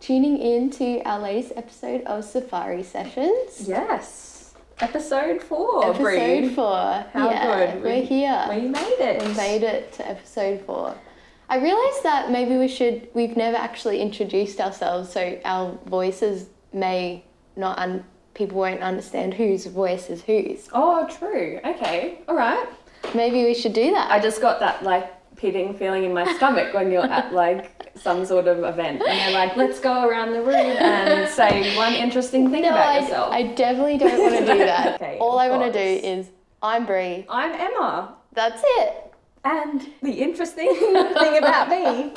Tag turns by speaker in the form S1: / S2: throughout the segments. S1: tuning in to our latest episode of Safari Sessions.
S2: Yes. Episode four.
S1: episode
S2: Bree.
S1: four.
S2: How
S1: yeah,
S2: good.
S1: We're here.
S2: We made it.
S1: We made it to episode four. I realised that maybe we should, we've never actually introduced ourselves, so our voices may not, un, people won't understand whose voice is whose.
S2: Oh, true. Okay. All right.
S1: Maybe we should do that.
S2: I just got that like pitting feeling in my stomach when you're at like some sort of event and they're like, let's go around the room and say one interesting thing
S1: no,
S2: about
S1: I,
S2: yourself.
S1: I definitely don't want to do that.
S2: Okay,
S1: All
S2: of
S1: I want to do
S2: course.
S1: is, I'm Brie.
S2: I'm Emma.
S1: That's it.
S2: And the interesting thing about me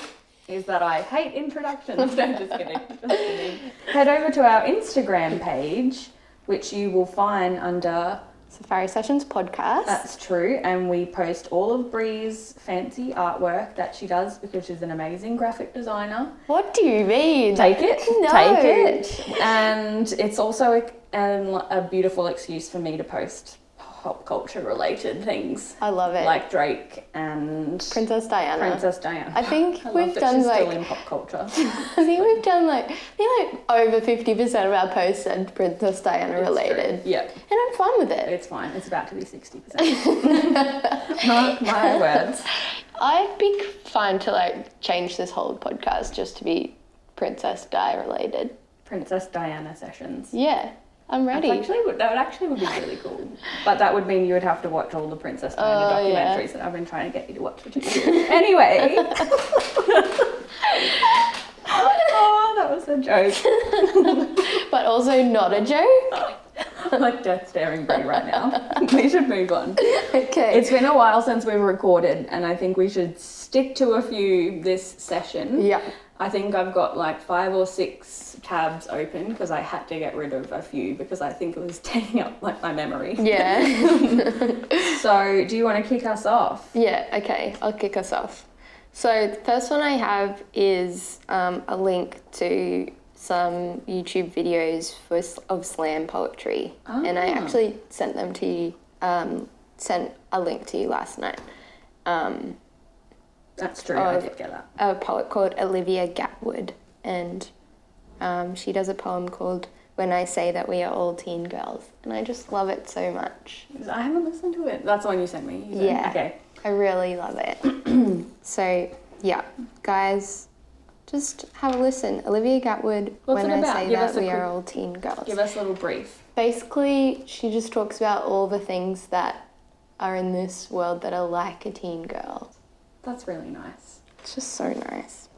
S2: is that I hate introductions. No, I'm just kidding. Just kidding. Head over to our Instagram page, which you will find under
S1: Safari Sessions podcast.
S2: That's True, and we post all of Bree's fancy artwork that she does because she's an amazing graphic designer.
S1: what do you mean?
S2: Take it,
S1: No.
S2: take it. And it's also a, um, a beautiful excuse for me to post pop culture related things
S1: I love it.
S2: like Drake and
S1: Princess Diana.
S2: Princess Diana.
S1: I think
S2: I love
S1: we've
S2: that
S1: done
S2: she's still
S1: like-
S2: in pop culture.
S1: I think we've done like I think like over fifty percent of our posts are Princess Diana related,
S2: It's true. Yeah,
S1: and I'm fine with it.
S2: it's fine. It's about to be sixty percent. Mark my words.
S1: I'd be fine to like change this whole podcast just to be Princess Di related.
S2: Princess Diana sessions.
S1: Yeah, I'm
S2: That's
S1: ready.
S2: Actually, would- that would actually would be really cool. But that would mean you would have to watch all the Princess Diana
S1: Oh, yeah.
S2: documentaries that I've been trying to get you to watch. Which is anyway. oh, that was a joke.
S1: but also not a joke.
S2: I'm like death staring Brie right now. we should move on.
S1: Okay.
S2: It's been a while since we've recorded, and I think we should stick to a few this session.
S1: yeah.
S2: I think I've got like five or six tabs open because I had to get rid of a few because I think it was taking up like my memory.
S1: Yeah.
S2: So, do you want to kick us off?
S1: Yeah, okay, I'll kick us off. So, the first one I have is um, a link to some YouTube videos for, s- of slam poetry. And I
S2: Ah.
S1: actually sent them to you, um, sent a link to you last night. Um,
S2: That's true.
S1: Oh.
S2: I did get that.
S1: a poet called Olivia Gatwood, and um, she does a poem called When I Say That We Are All Teen Girls. And I just love it so much.
S2: I haven't listened to it. That's the one you sent me. you said.
S1: Yeah.
S2: Okay.
S1: I really love it. so, yeah, guys, just have a listen. Olivia Gatwood,
S2: What's
S1: when
S2: it
S1: I
S2: about?
S1: say
S2: Give
S1: that
S2: us a
S1: we are
S2: quick-
S1: all teen girls.
S2: Give us a little brief.
S1: Basically, she just talks about all the things that are in this world that are like a teen girl.
S2: That's really nice.
S1: It's just so nice.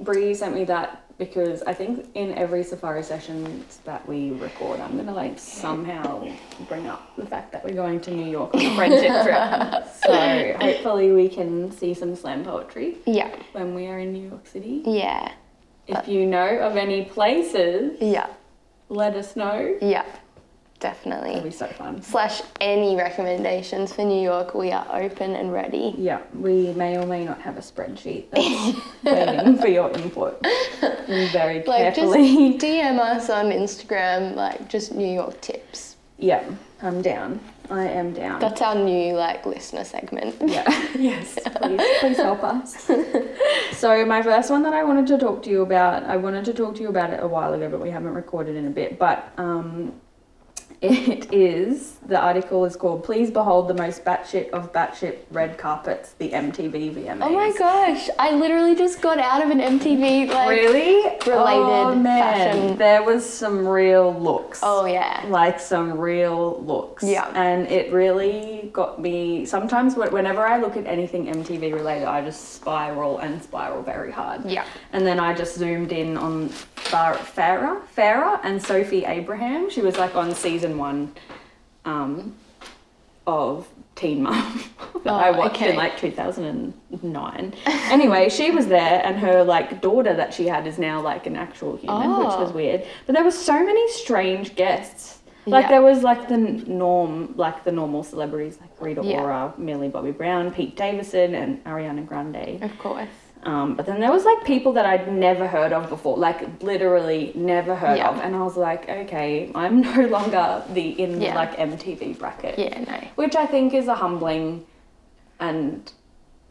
S2: Bree sent me that because I think in every safari session that we record, I'm gonna like somehow bring up the fact that we're going to New York on a friendship trip. So hopefully we can see some slam poetry
S1: Yeah,
S2: when we are in New York City.
S1: yeah,
S2: If you know of any places,
S1: yeah,
S2: let us know.
S1: yeah,
S2: It'll
S1: definitely.
S2: be so fun.
S1: Slash any recommendations for New York, we are open and ready.
S2: Yeah, we may or may not have a spreadsheet that's waiting for your input. And Very
S1: Like,
S2: carefully.
S1: just DM us on Instagram, like, just New York tips.
S2: Yeah, I'm down. I am down.
S1: That's our new like listener segment.
S2: yeah. yes. Please, please help us. so my first one that I wanted to talk to you about, I wanted to talk to you about it a while ago, but we haven't recorded in a bit. But um, it is the article is called "Please Behold the Most Batshit of Batshit Red Carpets: The MTV VMAs."
S1: Oh my gosh! I literally just got out of an MTV like.
S2: really Oh,
S1: related fashion.
S2: There was some real looks.
S1: Oh yeah.
S2: Like some real looks.
S1: Yeah.
S2: And it really got me. Sometimes, wh- whenever I look at anything MTV related, I just spiral and spiral very hard.
S1: Yeah.
S2: And then I just zoomed in on Far- Farah, Farah and Sophie Abraham. She was like on season one um, of Teen Mum that
S1: Oh,
S2: I watched
S1: okay.
S2: in like 2009. anyway, she was there, and her like daughter that she had is now like an actual human, which
S1: Oh.
S2: was weird. But there was so many strange guests. Like
S1: Yeah.
S2: there was like the n- norm, like the normal celebrities like Rita
S1: Yeah.
S2: Ora, Millie Bobby Brown, Pete Davidson, and Ariana Grande.
S1: Of course.
S2: Um, but then there was like people that I'd never heard of before, like literally never heard
S1: Yeah.
S2: of, and I was like, okay, I'm no longer the in
S1: Yeah.
S2: like MTV bracket,
S1: Yeah. No.
S2: which I think is a humbling and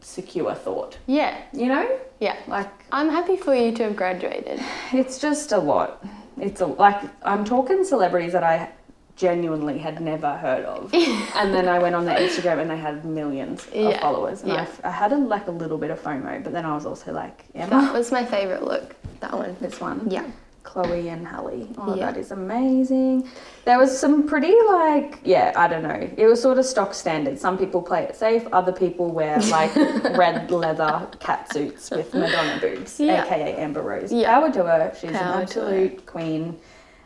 S2: secure thought.
S1: Yeah,
S2: You know,
S1: yeah.
S2: like
S1: I'm happy for you to have graduated.
S2: it's just a lot. It's a, like I'm talking celebrities that I genuinely had never heard of, and then I went on their Instagram and they had millions of
S1: Yeah,
S2: followers. And I
S1: yeah.
S2: f- I, had a, like a little bit of FOMO, but then I was also like,
S1: That
S2: Emma,
S1: was my favorite look. That one.
S2: this one.
S1: Yeah.
S2: Chloe and Halle. Oh,
S1: Yeah.
S2: that is amazing. There was some pretty like yeah, I don't know. It was sort of stock standard. Some people play it safe, other people wear like red leather cat suits with Madonna boobs,
S1: Yeah.
S2: aka Amber Rose.
S1: Yeah.
S2: Power to her.
S1: Power
S2: She's
S1: to her.
S2: an absolute queen.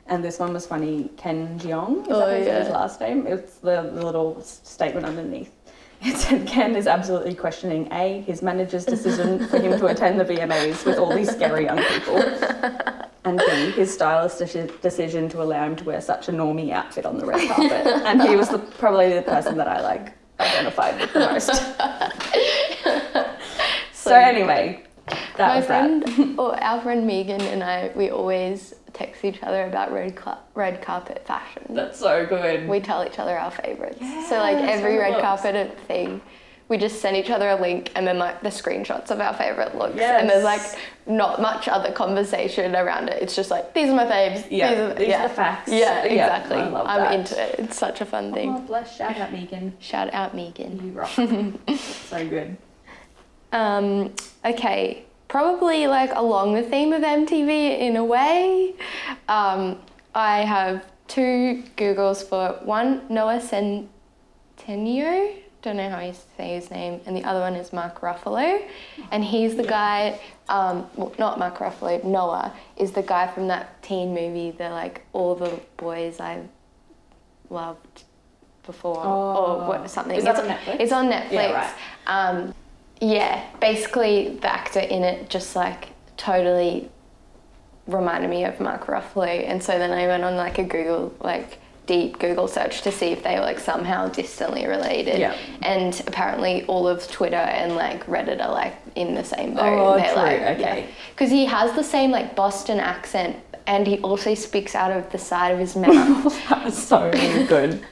S2: And this one was funny. Ken Jeong is
S1: Oh,
S2: that his- his
S1: yeah.
S2: last name? It's the, the little s- statement underneath. It said Ken is absolutely questioning A, his manager's decision for him to attend the VMAs with all these scary young people, and B, his stylist deci- decision to allow him to wear such a normie outfit on the red carpet. And he was the, probably the person that I like identified with the most. so, anyway, that
S1: my
S2: was that.
S1: friend or our friend Megan and I we always text each other about red cla red carpet fashion.
S2: That's so good.
S1: we tell each other our favorites.
S2: Yeah,
S1: so like
S2: that's
S1: every
S2: how it
S1: red
S2: works.
S1: carpet thing, we just send each other a link and then like the screenshots of our favorite looks. And there's like
S2: Yes.
S1: not much other conversation around it. It's just like these are my faves.
S2: yeah,
S1: These are,
S2: these
S1: yeah.
S2: are the facts.
S1: yeah, exactly.
S2: I love
S1: I'm
S2: that.
S1: into it. It's such a fun thing.
S2: Oh, bless. Shout out, Megan.
S1: Shout out Megan.
S2: You rock. so good.
S1: Um, okay, probably like along the theme of MTV in a way. Um, I have two Googles for one Noah Centineo, don't know how you say his name, and the other one is Mark Ruffalo, and he's the guy. Um, well, not Mark Ruffalo. Noah is the guy from that teen movie. They're like all the boys I loved before, or
S2: Oh.
S1: what something.
S2: Is that
S1: It's-
S2: on Netflix?
S1: It's on Netflix.
S2: Yeah, right.
S1: Um, yeah, basically the actor in it just like totally reminded me of Mark Ruffalo, and so then I went on like a Google like deep Google search to see if they were like somehow distantly related.
S2: Yeah.
S1: And apparently all of Twitter and like Reddit are like in the same boat.
S2: Oh,
S1: They're,
S2: true,
S1: Like,
S2: okay.
S1: Because he has the same like Boston accent, and he also speaks out of the side of his mouth.
S2: That was so good.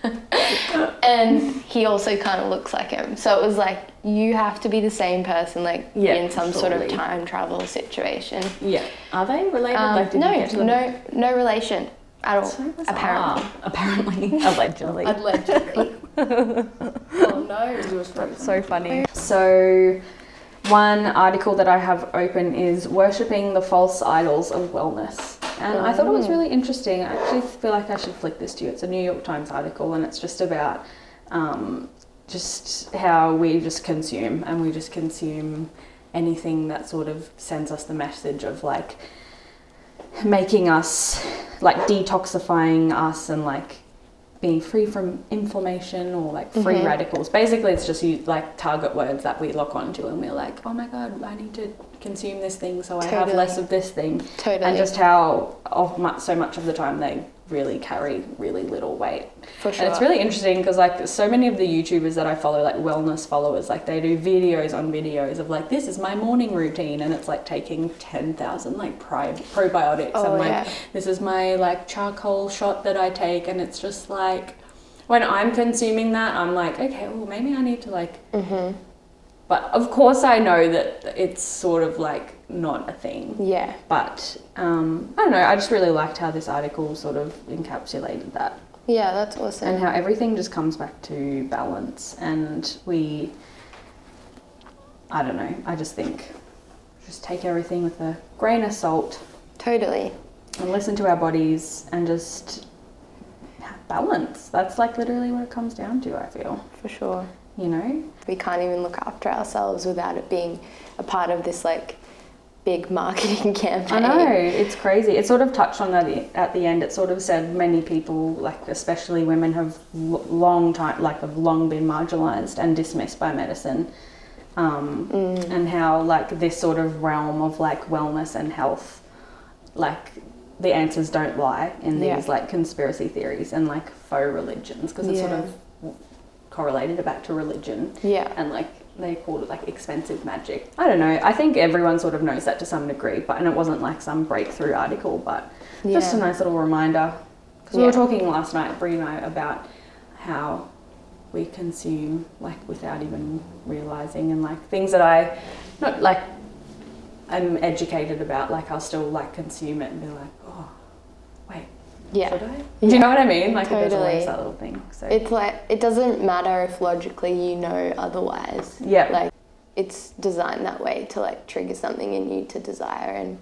S1: and he also kind of looks like him. So it was like you have to be the same person, like
S2: Yeah,
S1: in some sort of
S2: surely.
S1: time travel situation.
S2: Yeah. Are they related?
S1: Um,
S2: like, did you
S1: no,
S2: get to them?
S1: no, no relation at all.
S2: So bizarre.
S1: apparently,
S2: Apparently. Allegedly.
S1: allegedly. oh no!
S2: so funny. So, one article that I have open is Worshipping the False Idols of Wellness. And I thought it was really interesting. I actually feel like I should flick this to you. It's a New York Times article and it's just about um, just how we just consume and we just consume anything that sort of sends us the message of like making us like detoxifying us and like being free from inflammation or like free
S1: Mhm.
S2: radicals. Basically, it's just you like target words that we lock onto, and we're like, oh my god, I need to consume this thing, so I have
S1: Totally.
S2: less of this thing,
S1: Totally.
S2: and just how of mu so much of the time they really carry really little weight.
S1: for sure.
S2: And it's really interesting because like so many of the YouTubers that I follow, like wellness followers, like they do videos on videos of like this is my morning routine, and it's like taking ten thousand like pri- probiotics
S1: Oh,
S2: and like
S1: yeah.
S2: this is my like charcoal shot that I take, and it's just like when I'm consuming that, I'm like okay, well maybe I need to like.
S1: Mm-hmm.
S2: But of course, I know that it's sort of like not a thing
S1: yeah.
S2: but um, I don't know. I just really liked how this article sort of encapsulated that,
S1: Yeah, that's awesome.
S2: and how everything just comes back to balance. And we, I don't know. I just think, just take everything with a grain of salt
S1: totally.
S2: and listen to our bodies, and just have balance. That's like literally what it comes down to. I feel,
S1: For sure.
S2: you know.
S1: We can't even look after ourselves without it being a part of this like big marketing
S2: I
S1: campaign.
S2: know it's crazy. It sort of touched on that i- at the end. It sort of said many people, like especially women, have l- long time like have long been marginalized and dismissed by medicine, um,
S1: Mm.
S2: and how like this sort of realm of like wellness and health, like the answers don't lie in
S1: Yeah.
S2: these like conspiracy theories and like faux religions because it sort
S1: Yeah.
S2: of w- correlated it back to religion
S1: Yeah.
S2: and like they called it like expensive magic. I don't know. I think everyone sort of knows that to some degree, but and it wasn't like some breakthrough article, but just a
S1: Yeah.
S2: nice little reminder because we
S1: Yeah.
S2: were talking last night, Brie and I, about how we consume like without even realizing and like things that I not like I'm educated about like I'll still like consume it and be like oh wait
S1: Yeah.
S2: should I do you know what I mean like it doesn't
S1: Totally.
S2: that little thing so
S1: It's like it doesn't matter if logically you know otherwise.
S2: yeah
S1: Like it's designed that way to like trigger something in you to desire and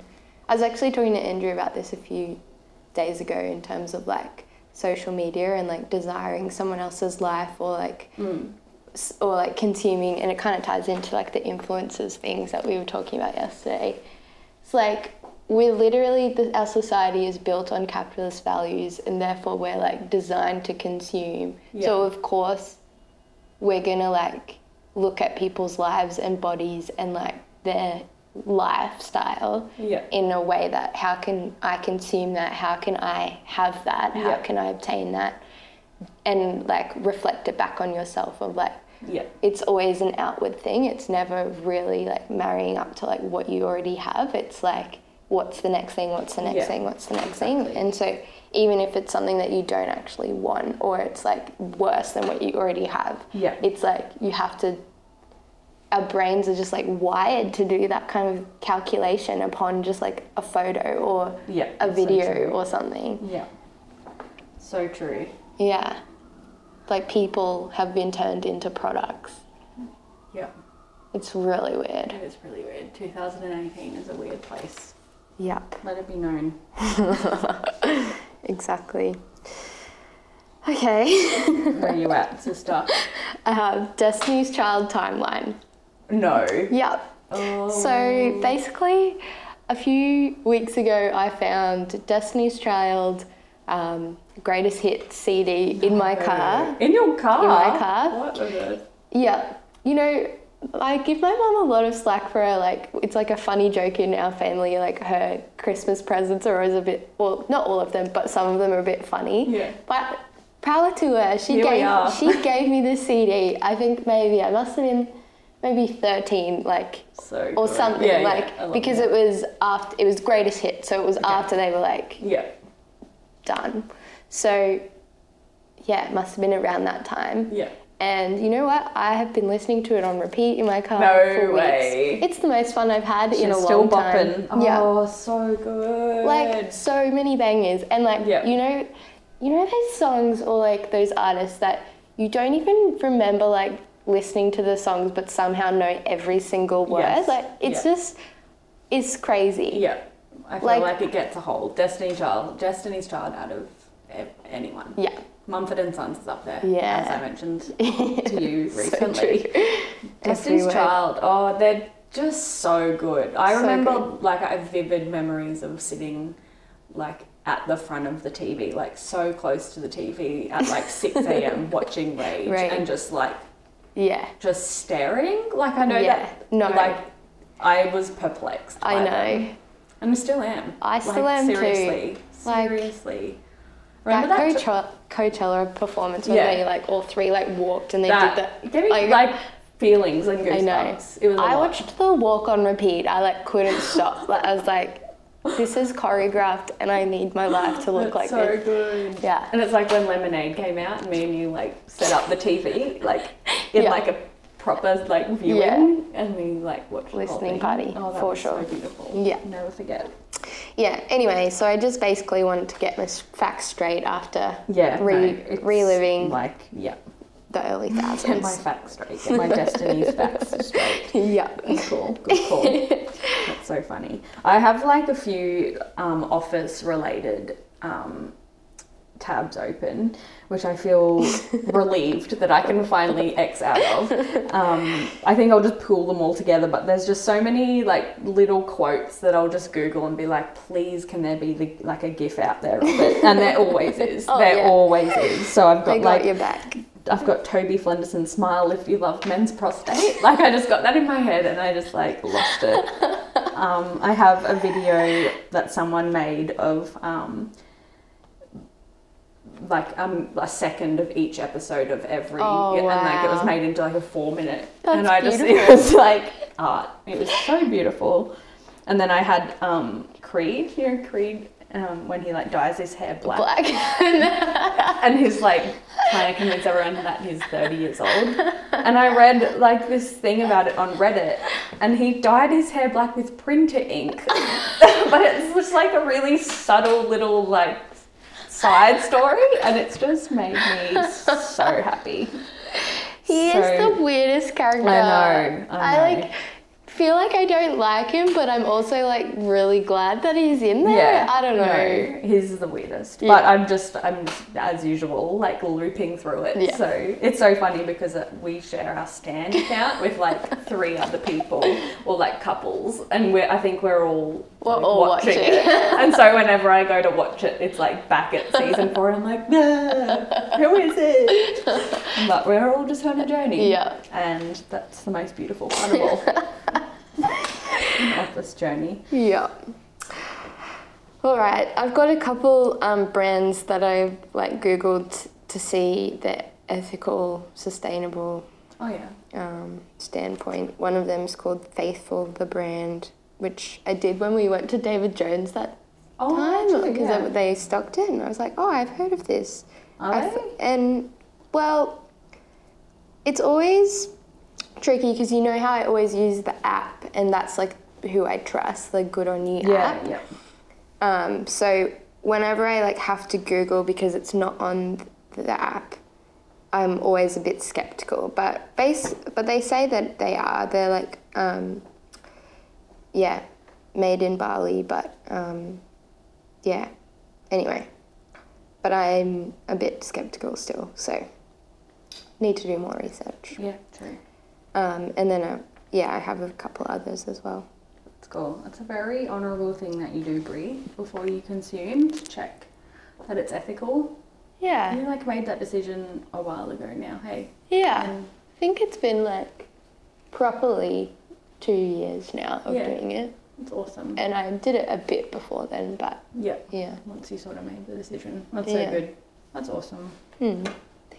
S1: I was actually talking to Andrew about this a few days ago in terms of like social media and like desiring someone else's life or like
S2: Mm.
S1: s- or like consuming and it kind of ties into like the influences things that we were talking about yesterday it's like we're literally the, our society is built on capitalist values and therefore we're like designed to consume so of course we're gonna like look at people's lives and bodies and like their lifestyle
S2: yeah
S1: in a way that how can I consume that? How can I have that? How
S2: Yeah.
S1: can I obtain that? And like reflect it back on yourself of like
S2: yeah
S1: it's always an outward thing. It's never really like marrying up to like what you already have. It's like what's the next thing, what's the next
S2: Yeah.
S1: thing, what's the next thing.
S2: Exactly.
S1: And so even if it's something that you don't actually want or it's like worse than what you already have,
S2: yeah
S1: it's like you have to our brains are just like wired to do that kind of calculation upon just like a photo or
S2: yeah
S1: a
S2: So
S1: video
S2: true.
S1: or something
S2: yeah so true
S1: yeah like people have been turned into products
S2: yeah
S1: it's really weird
S2: it is really weird 2018 is a weird place
S1: yep
S2: let it be known
S1: exactly okay
S2: where you at sister
S1: i have destiny's child timeline
S2: no
S1: yep
S2: oh
S1: So basically, a few weeks ago, I found Destiny's Child um, Greatest Hits CD in my car.
S2: In your car?
S1: In my car.
S2: Ah, What on earth?
S1: Yeah, you know, I give my mum a lot of slack for her. Like, it's like a funny joke in our family. Like, her Christmas presents are always a bit, well, not all of them, but some of them are a bit funny.
S2: Yeah.
S1: But power to her. She
S2: Here we are.
S1: gave she gave me this CD. I think maybe I must have been maybe thirteen. Like
S2: So
S1: or
S2: good.
S1: something
S2: Yeah, yeah,
S1: like
S2: I love
S1: because
S2: that.
S1: it was after it was greatest hit so it was after they were like
S2: Yeah.
S1: done so yeah it must have been around that time
S2: Yeah.
S1: and you know what i have been listening to it on repeat in my car
S2: No
S1: for
S2: way.
S1: weeks it's the most fun i've had in a
S2: She's
S1: long
S2: still
S1: time
S2: bopping.
S1: yeah
S2: Oh, so good.
S1: like so many bangers and like
S2: Yeah.
S1: you know you know those songs or like those artists that you don't even remember like listening to the songs but somehow know every single word
S2: Yes.
S1: like it's
S2: Yeah.
S1: just it's crazy
S2: yeah. I feel
S1: like-
S2: like, it gets a whole Destiny Child, Destiny's Child out of e- anyone.
S1: Yeah.
S2: Mumford and Sons is up there,
S1: Yeah.
S2: as I mentioned to you
S1: So
S2: recently.
S1: true.
S2: Destiny's
S1: Everywhere.
S2: Child. Oh, they're just so good. I
S1: So
S2: remember
S1: good.
S2: like I have vivid memories of sitting like at the front of the TV, like so close to the TV at like six a.m. watching Rage
S1: Rage.
S2: and just like
S1: Yeah.
S2: just staring. Like I know
S1: Yeah.
S2: that.
S1: No.
S2: Like I was perplexed.
S1: I
S2: by
S1: know.
S2: them. and I still am.
S1: I still
S2: like,
S1: am too.
S2: seriously,
S1: Like,
S2: seriously.
S1: That,
S2: Remember that? t-
S1: Coachella, Coachella performance when
S2: Yeah.
S1: they like all three like walked and they
S2: that,
S1: did
S2: Gave me
S1: I-
S2: like feelings and
S1: that. I
S2: goosebumps.
S1: know.
S2: It was. a
S1: I
S2: lot.
S1: watched the walk on repeat. I like couldn't stop. Like, I was like, this is choreographed and I need my life to look
S2: That's
S1: like
S2: so
S1: this.
S2: good.
S1: Yeah.
S2: And it's like when Lemonade came out, and me and you like set up the TV like in
S1: Yeah.
S2: like a proper like viewing, and we like watched the whole
S1: Listening
S2: thing.
S1: party,
S2: Oh, that
S1: for
S2: was
S1: sure.
S2: So beautiful.
S1: Yeah.
S2: Never forget.
S1: Yeah. Anyway, so I just basically wanted to get my s- facts straight after
S2: Yeah.
S1: Re- reliving.
S2: Like yeah.
S1: the early
S2: Get my
S1: thousands.
S2: facts straight. Get my destiny's facts straight.
S1: yeah.
S2: Cool. Good call. That's so funny. I have like a few um, office related um, tabs open, which I feel relieved that I can finally X out of. Um, I think I'll just pull them all together, but there's just so many like little quotes that I'll just Google and be like, please, can there be the, like a GIF out there of it? And there always is.
S1: Oh,
S2: there
S1: yeah.
S2: always is. So I've
S1: They
S2: got
S1: got
S2: like
S1: your back.
S2: I've got Toby Flenderson smile if you love men's prostate. Like I just got that in my head and I just like lost it. Um, I have a video that someone made of um, like um, a second of each episode of every,
S1: Oh,
S2: and like it
S1: wow.
S2: was made into like a four minute,
S1: That's
S2: and I just
S1: beautiful.
S2: it was like art. It was so beautiful. And then I had um, Creed, you know Creed, um, when he like dyes his hair black
S1: Black.
S2: and his like trying to convince everyone that he's 30 years old. And I read like this thing about it on Reddit, and he dyed his hair black with printer ink. but it's just like a really subtle little like side story, and it's just made me so happy.
S1: He
S2: So-
S1: is the weirdest character.
S2: I know, I
S1: I,
S2: know.
S1: like feel like I don't like him, but I'm also like really glad that he's in there.
S2: Yeah,
S1: I don't know.
S2: No, he's the weirdest. But
S1: Yeah.
S2: I'm just, I'm just, as usual, like looping through it.
S1: Yeah.
S2: So it's so funny because uh, we share our stand account with like three other people or like couples, and we're, I think we're all
S1: We're
S2: like,
S1: all watching.
S2: it. and so whenever I go to watch it, it's like back at season four, and I'm like, nah, who is it? But we're all just on a journey.
S1: Yeah.
S2: And that's the most beautiful part of all. of this journey.
S1: Yeah. All right, I've got a couple um, brands that I've like googled to see their ethical, sustainable
S2: Oh yeah.
S1: um, standpoint. One of them is called Faithful, the brand, which I did when we went to David Jones that
S2: Oh,
S1: time
S2: actually,
S1: because
S2: yeah.
S1: they stocked it, and I was like, oh, I've heard of this.
S2: Are
S1: I
S2: they?
S1: th- and well, it's always tricky because you know how I always use the app, and that's like who I trust, the Good on You app.
S2: yeah.
S1: Um, so whenever I like have to Google because it's not on th- the app, I'm always a bit skeptical. But base, but they say that they are. They're like, um, yeah, made in Bali, but um, yeah. Anyway, but I'm a bit skeptical still. So need to do more research.
S2: Yeah, true.
S1: Um, and then, uh, yeah, I have a couple others as well.
S2: It's cool. It's a very honourable thing that you do, Brie, before you consume to check that it's ethical. You like made that decision a while ago now, hey?
S1: Yeah, I think it's been like properly two years now of
S2: Yeah.
S1: doing it,
S2: It's awesome.
S1: and I did it a bit before then, but
S2: Yeah.
S1: yeah.
S2: Once you sort of made the decision. That's so
S1: Yeah.
S2: good. That's awesome.
S1: Hmm.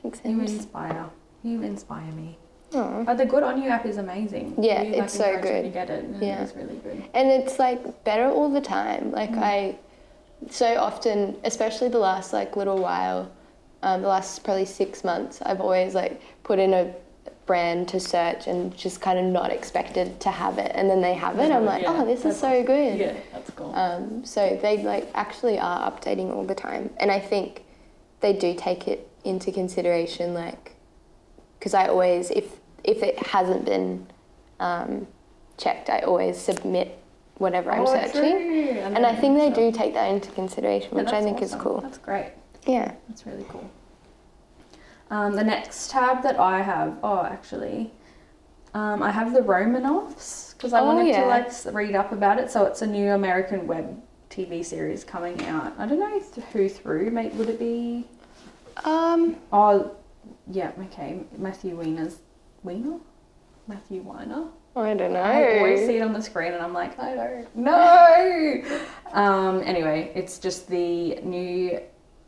S1: Thanks,
S2: You
S1: Ems.
S2: inspire. You inspire me.
S1: Aw.
S2: But the Good On You app is amazing.
S1: Yeah,
S2: you, like,
S1: it's so
S2: encourage me
S1: good.
S2: To get it. and
S1: Yeah.
S2: It's really good.
S1: And it's like better all the time. Like
S2: Hmm.
S1: I, so often, especially the last like little while, um, the last probably six months, I've always like put in a brand to search and just kind of not expected to have it, and then they have it. I'm like,
S2: Yeah,
S1: oh, this is
S2: that's
S1: so good.
S2: Yeah, that's cool.
S1: Um, so they like actually are updating all the time, and I think they do take it into consideration, like because I always if if it hasn't been um, checked, I always submit whatever I'm
S2: Oh,
S1: searching,
S2: true.
S1: and I think they do
S2: Yeah,
S1: take that into consideration, which I
S2: that's
S1: think is
S2: awesome.
S1: cool.
S2: That's great.
S1: Yeah.
S2: That's really cool. Um, the next tab that I have, oh, actually, um, I have the Romanovs because I
S1: Oh,
S2: wanted to
S1: yeah.
S2: like s- read up about it. So it's a new American web TV series coming out. I don't know th- who through. Mate, would it be?
S1: Um.
S2: Oh, yeah. Okay, Matthew Weiner's Weiner. Matthew Weiner.
S1: I don't know.
S2: I always see it on the screen and I'm like, I don't know. um, anyway, it's just the new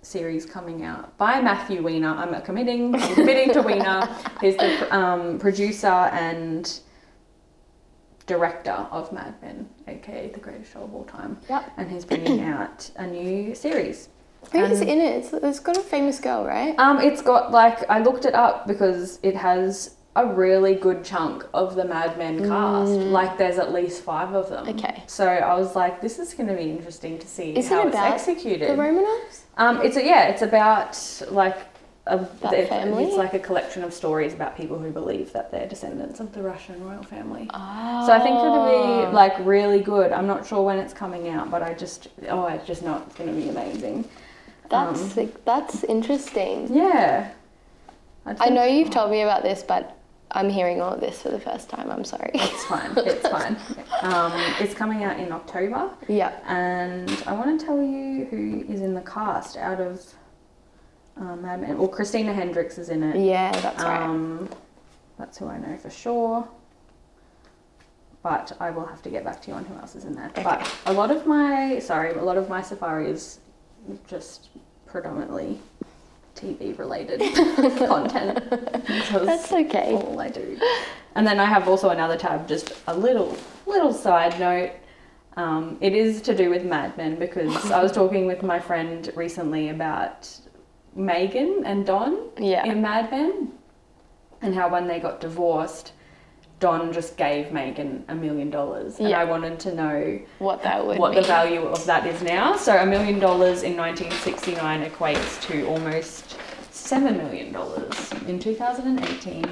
S2: series coming out by Matthew Weiner. I'm committing, I'm committing to Weiner. He's the um, producer and director of Mad Men, aka the greatest show of all time.
S1: Yep.
S2: And he's bringing out a new series.
S1: Who's
S2: And-
S1: in it? It's, it's got a famous girl, right?
S2: um, it's got like I looked it up because it has a really good chunk of the Mad Men cast. Like there's at least five of them.
S1: Mm. Okay.
S2: So I was like, this is going to be interesting to see
S1: Is it
S2: how it's
S1: about
S2: executed.
S1: The Romanovs.
S2: Um, it's a, yeah, it's about like a
S1: That
S2: it-
S1: family?
S2: It's like a collection of stories about people who believe that they're descendants of the Russian royal family. So I think
S1: Oh.
S2: it'll be like really good. I'm not sure when it's coming out, but I just oh, I just know it's going to be amazing.
S1: That's
S2: um,
S1: like, that's interesting.
S2: Yeah.
S1: I
S2: think-
S1: know you've told me about this, but I'm hearing all of this for the first time. I'm sorry.
S2: It's fine. It's fine. Um, it's coming out in October,
S1: yeah.
S2: and I want to tell you who is in the cast out of um, Mad Men. Well, Christina Hendricks is in it.
S1: Yeah, that's right.
S2: Um, that's who I know for sure. But I will have to get back to you on who else is in there. But a lot of my sorry, a lot of my safari is just predominantly TV related content. because
S1: That's okay.
S2: all I do. And then I have also another tab, just a little little side note. Um, it is to do with Mad Men because I was talking with my friend recently about Megan and Don
S1: Yeah.
S2: in Mad Men, and how when they got divorced, Don just gave Megan a million dollars, and
S1: Yeah.
S2: I wanted to know
S1: what that would
S2: what
S1: be.
S2: the value of that is now. So a million dollars in 1969 equates to almost seven million dollars in 2018.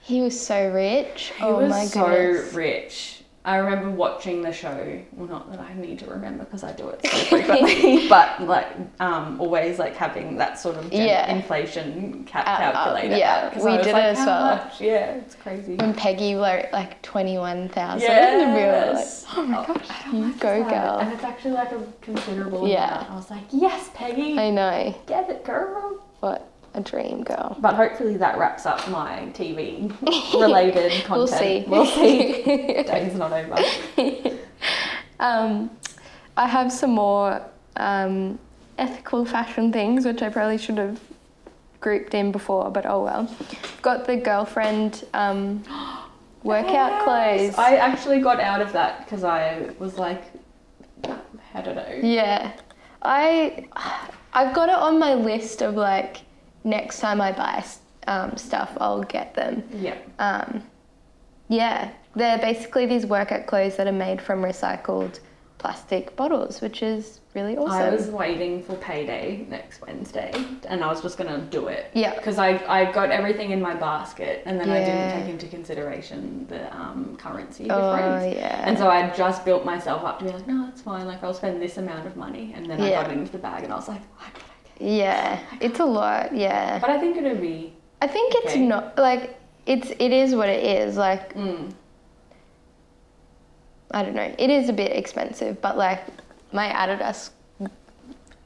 S1: He was so rich.
S2: He
S1: oh
S2: was
S1: my
S2: so
S1: goodness.
S2: rich. I remember watching the show. Well, not that I need to remember because I do it so frequently, but like um, always like having that sort of gen-
S1: Yeah.
S2: inflation ca-
S1: Add up,
S2: calculator.
S1: yeah,
S2: up, 'cause
S1: we
S2: I was
S1: did it
S2: like,
S1: as
S2: "How
S1: well."
S2: much?" Yeah, it's crazy.
S1: When Peggy wrote like 21,000 and we were like,
S2: Yes.
S1: oh my gosh, you go
S2: Sad. And
S1: girl.
S2: it's actually like a considerable
S1: Yeah.
S2: amount. I was like, yes, Peggy,
S1: I know.
S2: get it, girl.
S1: What a dream girl.
S2: But hopefully that wraps up my TV related content.
S1: We'll see.
S2: We'll see. Day's not over.
S1: um, I have some more um, ethical fashion things, which I probably should have grouped in before, but oh well. Got the girlfriend um, workout
S2: Yes.
S1: clothes.
S2: I actually got out of that because I was like, I don't know.
S1: Yeah. I I've got it on my list of like next time I buy um, stuff, I'll get them.
S2: Yeah.
S1: Um, yeah, they're basically these workout clothes that are made from recycled plastic bottles, which is really awesome.
S2: I was waiting for payday next Wednesday and I was just going to do it.
S1: Yeah.
S2: Because I, I got everything in my basket and then I
S1: Yeah.
S2: didn't take into consideration the um, currency
S1: Oh
S2: difference.
S1: yeah.
S2: And so I just built myself up to be like, no, it's fine. Like, I'll spend this amount of money. And then I
S1: Yeah.
S2: got it into the bag and I was like, "Oh, God, okay."
S1: yeah, it's a lot. Yeah,
S2: But I think it'll be.
S1: I think it's
S2: Okay.
S1: not like it's it is what it is. Like
S2: Mm,
S1: I don't know, it is a bit expensive, but like my Adidas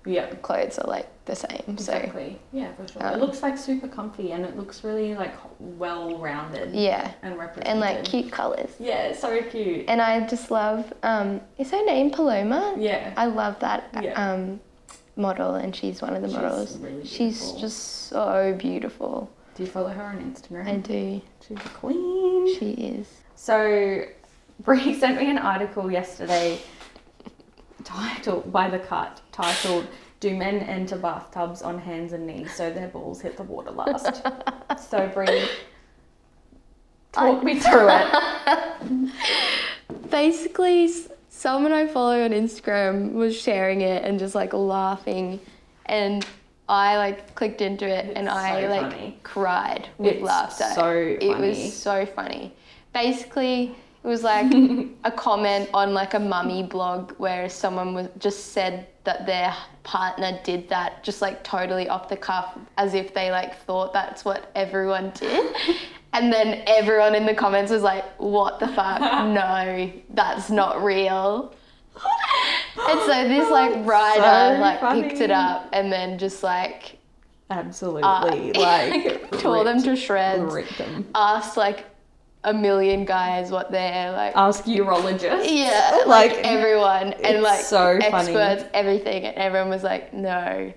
S2: yeah.
S1: clothes are like the same. So
S2: Exactly. Yeah, for sure.
S1: um,
S2: it looks like super comfy and it looks really like well rounded
S1: yeah,
S2: and represented.
S1: and like cute colors.
S2: Yeah, it's so cute.
S1: And I just love um, is her name Paloma?
S2: Yeah.
S1: I love that
S2: Yeah.
S1: um, model, and she's one of the
S2: She's
S1: models.
S2: really
S1: She's
S2: beautiful.
S1: just so beautiful.
S2: Do you follow her on
S1: I
S2: Instagram?
S1: do.
S2: She's a queen.
S1: She is.
S2: So, Bree sent me an article yesterday titled by the cut titled "Do Men Enter Bathtubs on Hands and Knees so Their Balls Hit the Water Last?" so, Bree, talk me through it.
S1: Basically, s- someone I follow on Instagram was sharing it and just like laughing, and I like clicked into it and
S2: It's
S1: I
S2: so
S1: like
S2: funny.
S1: cried with
S2: It's
S1: laughter.
S2: so
S1: It
S2: funny.
S1: was so funny. Basically, it was like a comment on like a mummy blog where someone was just said that their partner did that just like totally off the cuff as if they like thought that's what everyone did. And then everyone in the comments was like, "What the fuck? No, that's not real." and so this like writer
S2: So
S1: like picked it
S2: funny.
S1: up and then just like
S2: Absolutely,
S1: Uh, tore them to shreds
S2: them.
S1: asked like a million guys what they're like.
S2: Ask urologists.
S1: yeah, like,
S2: Uh, oh, like,
S1: everyone and
S2: it's
S1: like
S2: so funny.
S1: experts, everything, and everyone was like, no.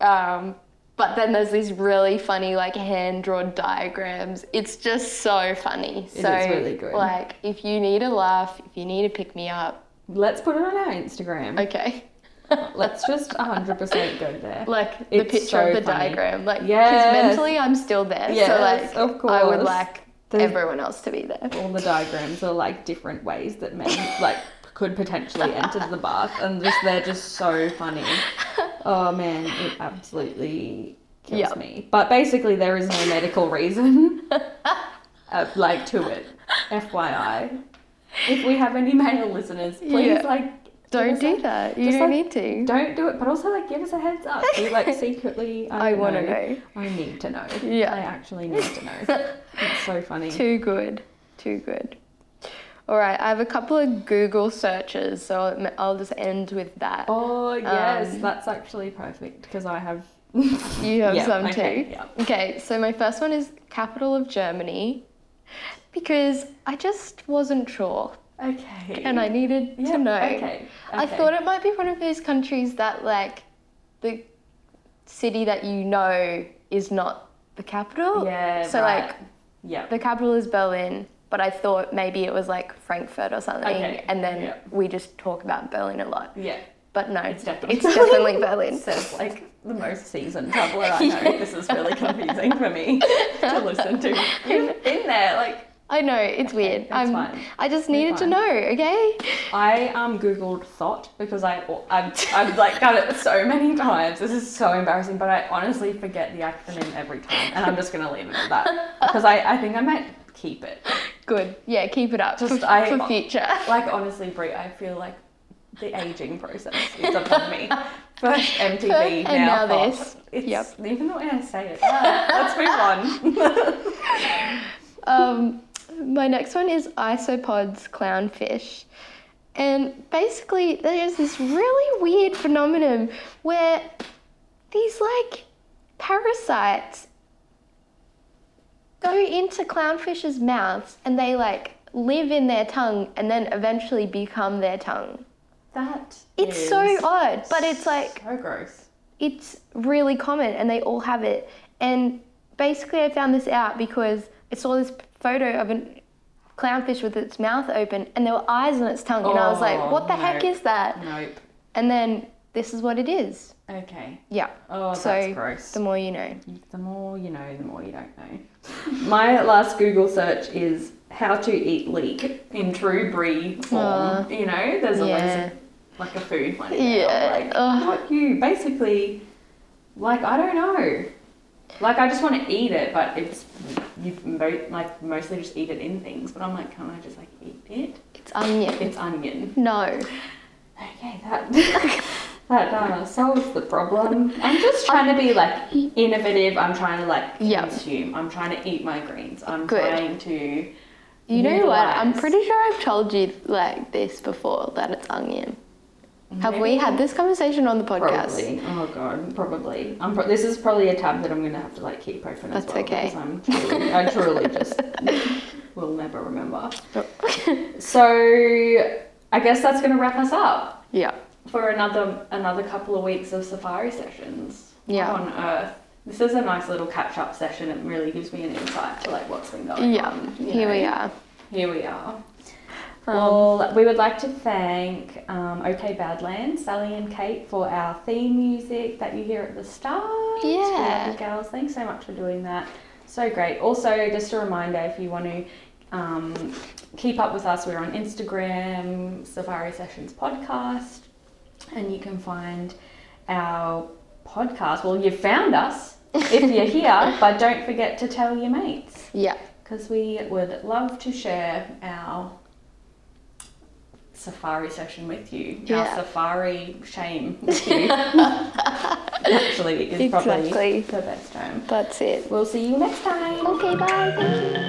S1: Um, but then there's these really funny like hand drawn diagrams. It's just so funny.
S2: It
S1: so
S2: is really good.
S1: like if you need a laugh, if you need to pick me up,
S2: Let's put it on our Instagram.
S1: okay.
S2: Let's just 100% go there.
S1: like the
S2: It's
S1: picture of
S2: so
S1: the
S2: funny.
S1: diagram. Like 'cause
S2: Yes.
S1: mentally I'm still there. so
S2: Yes,
S1: like
S2: of
S1: I would
S2: course.
S1: like
S2: There's-
S1: everyone else to be there.
S2: all the diagrams are like different ways that men like could potentially enter the bath and just they're just so funny oh man it absolutely kills
S1: Yep.
S2: me but basically there is no medical reason uh, like to it fyi if we have any male listeners please
S1: Yeah.
S2: like
S1: Don't
S2: give us
S1: do
S2: a-
S1: that. You
S2: just,
S1: don't
S2: like,
S1: need to.
S2: don't do it but also like give us a heads up we like secretly i,
S1: I
S2: don't
S1: want to know.
S2: i need to know
S1: Yeah.
S2: i actually need to know it's so funny
S1: Too good. Too good. All right, I have a couple of Google searches, so I'll- I'll just end with that.
S2: Oh yes,
S1: Um,
S2: that's actually perfect because I have.
S1: You have
S2: Yeah,
S1: some
S2: okay,
S1: too.
S2: yeah.
S1: Okay, so my first one is capital of Germany because I just wasn't sure
S2: Okay.
S1: and I needed
S2: yeah,
S1: to know.
S2: Okay.
S1: I
S2: okay.
S1: thought it might be one of those countries that, like, the city that you know is not the capital.
S2: Yeah.
S1: oh, So,
S2: right.
S1: like,
S2: Yeah.
S1: the capital is Berlin, but I thought maybe it was like Frankfurt or something,
S2: Okay,
S1: and then
S2: yeah.
S1: we just talk about Berlin a lot.
S2: Yeah.
S1: But no,
S2: It's definitely
S1: it's definitely Berlin.
S2: It says like the most seasoned traveler I know. This is really confusing for me to listen to. You've been there, like
S1: I know it's weird.
S2: that's
S1: I'm,
S2: fine.
S1: I just
S2: You're
S1: needed to
S2: fine.
S1: know. Okay.
S2: I um googled thought because I I've, I've like done it so many times. This is so embarrassing, but I honestly forget the acronym every time, and I'm just gonna leave it at that because I I think I might keep it.
S1: Good. Yeah. Keep it up
S2: Just
S1: for,
S2: I-
S1: for future.
S2: Like honestly, Brie, I feel like the aging process is upon me. First MTV,
S1: First and
S2: now,
S1: now
S2: Fox.
S1: this.
S2: It's,
S1: Yep.
S2: Even the way I say it. Ah, let's move on.
S1: Um, my next one is isopods clownfish. And basically, there's this really weird phenomenon where these like parasites go into clownfish's mouths and they like live in their tongue and then eventually become their tongue.
S2: That
S1: It's
S2: is
S1: so odd, but it's like
S2: so gross.
S1: it's really common and they all have it. And basically, I found this out because I saw this photo of a clownfish with its mouth open and there were eyes on its tongue. and I was
S2: Oh,
S1: like, what the
S2: no.
S1: heck is that?
S2: Nope.
S1: And then this is what it is.
S2: Okay.
S1: Yeah.
S2: Oh,
S1: so,
S2: that's gross.
S1: the more you know.
S2: The more you know, the more you don't know. My last Google search is how to eat leek in true brie form.
S1: Aw.
S2: you know, there's
S1: Ah, Yeah.
S2: always a, like a food one. in there,
S1: Yeah, Ah.
S2: Like,
S1: ugh.
S2: not you. Basically, like I don't know. Like I just want to eat it, but it's you mo- like mostly just eat it in things. But I'm like, can't I just like eat it?
S1: It's onion.
S2: It's onion.
S1: No.
S2: Okay, that that uh, solves the problem. I'm just trying to be like innovative. I'm trying to like
S1: Yeah.
S2: consume. I'm trying to eat my greens. I'm
S1: Good.
S2: trying to.
S1: You know what? I'm
S2: utilize-
S1: pretty sure I've told you like this before that it's onion. Have we
S2: Maybe.
S1: had this conversation on the podcast?
S2: Probably. Oh god, probably. I'm pro- this is probably a tab that I'm gonna have to like keep open as
S1: That's
S2: well
S1: okay.
S2: because I'm truly, I truly just will never remember.
S1: Oh.
S2: So I guess that's gonna wrap us up.
S1: Yeah.
S2: for another another couple of weeks of safari sessions
S1: Yeah.
S2: on earth this is a nice little catch-up session it really gives me an insight to like what's been going
S1: Yeah.
S2: on you
S1: Here we
S2: know.
S1: are.
S2: here we are well, we would like to thank um, OK Badlands, Sally and Kate, for our theme music that you hear at the start. We love
S1: Yeah.
S2: you girls. Thanks so much for doing that. So great. Also, just a reminder if you want to um, keep up with us, we're on Instagram, Safari Sessions Podcast, and you can find our podcast. Well, you've found us if you're here, but don't forget to tell your mates
S1: Yeah.
S2: because we would love to share our safari session with you.
S1: Yeah.
S2: Our safari shame with you. Actually, is probably
S1: Exactly.
S2: the best term.
S1: That's it.
S2: We'll see you next time.
S1: Okay, bye. Thank you.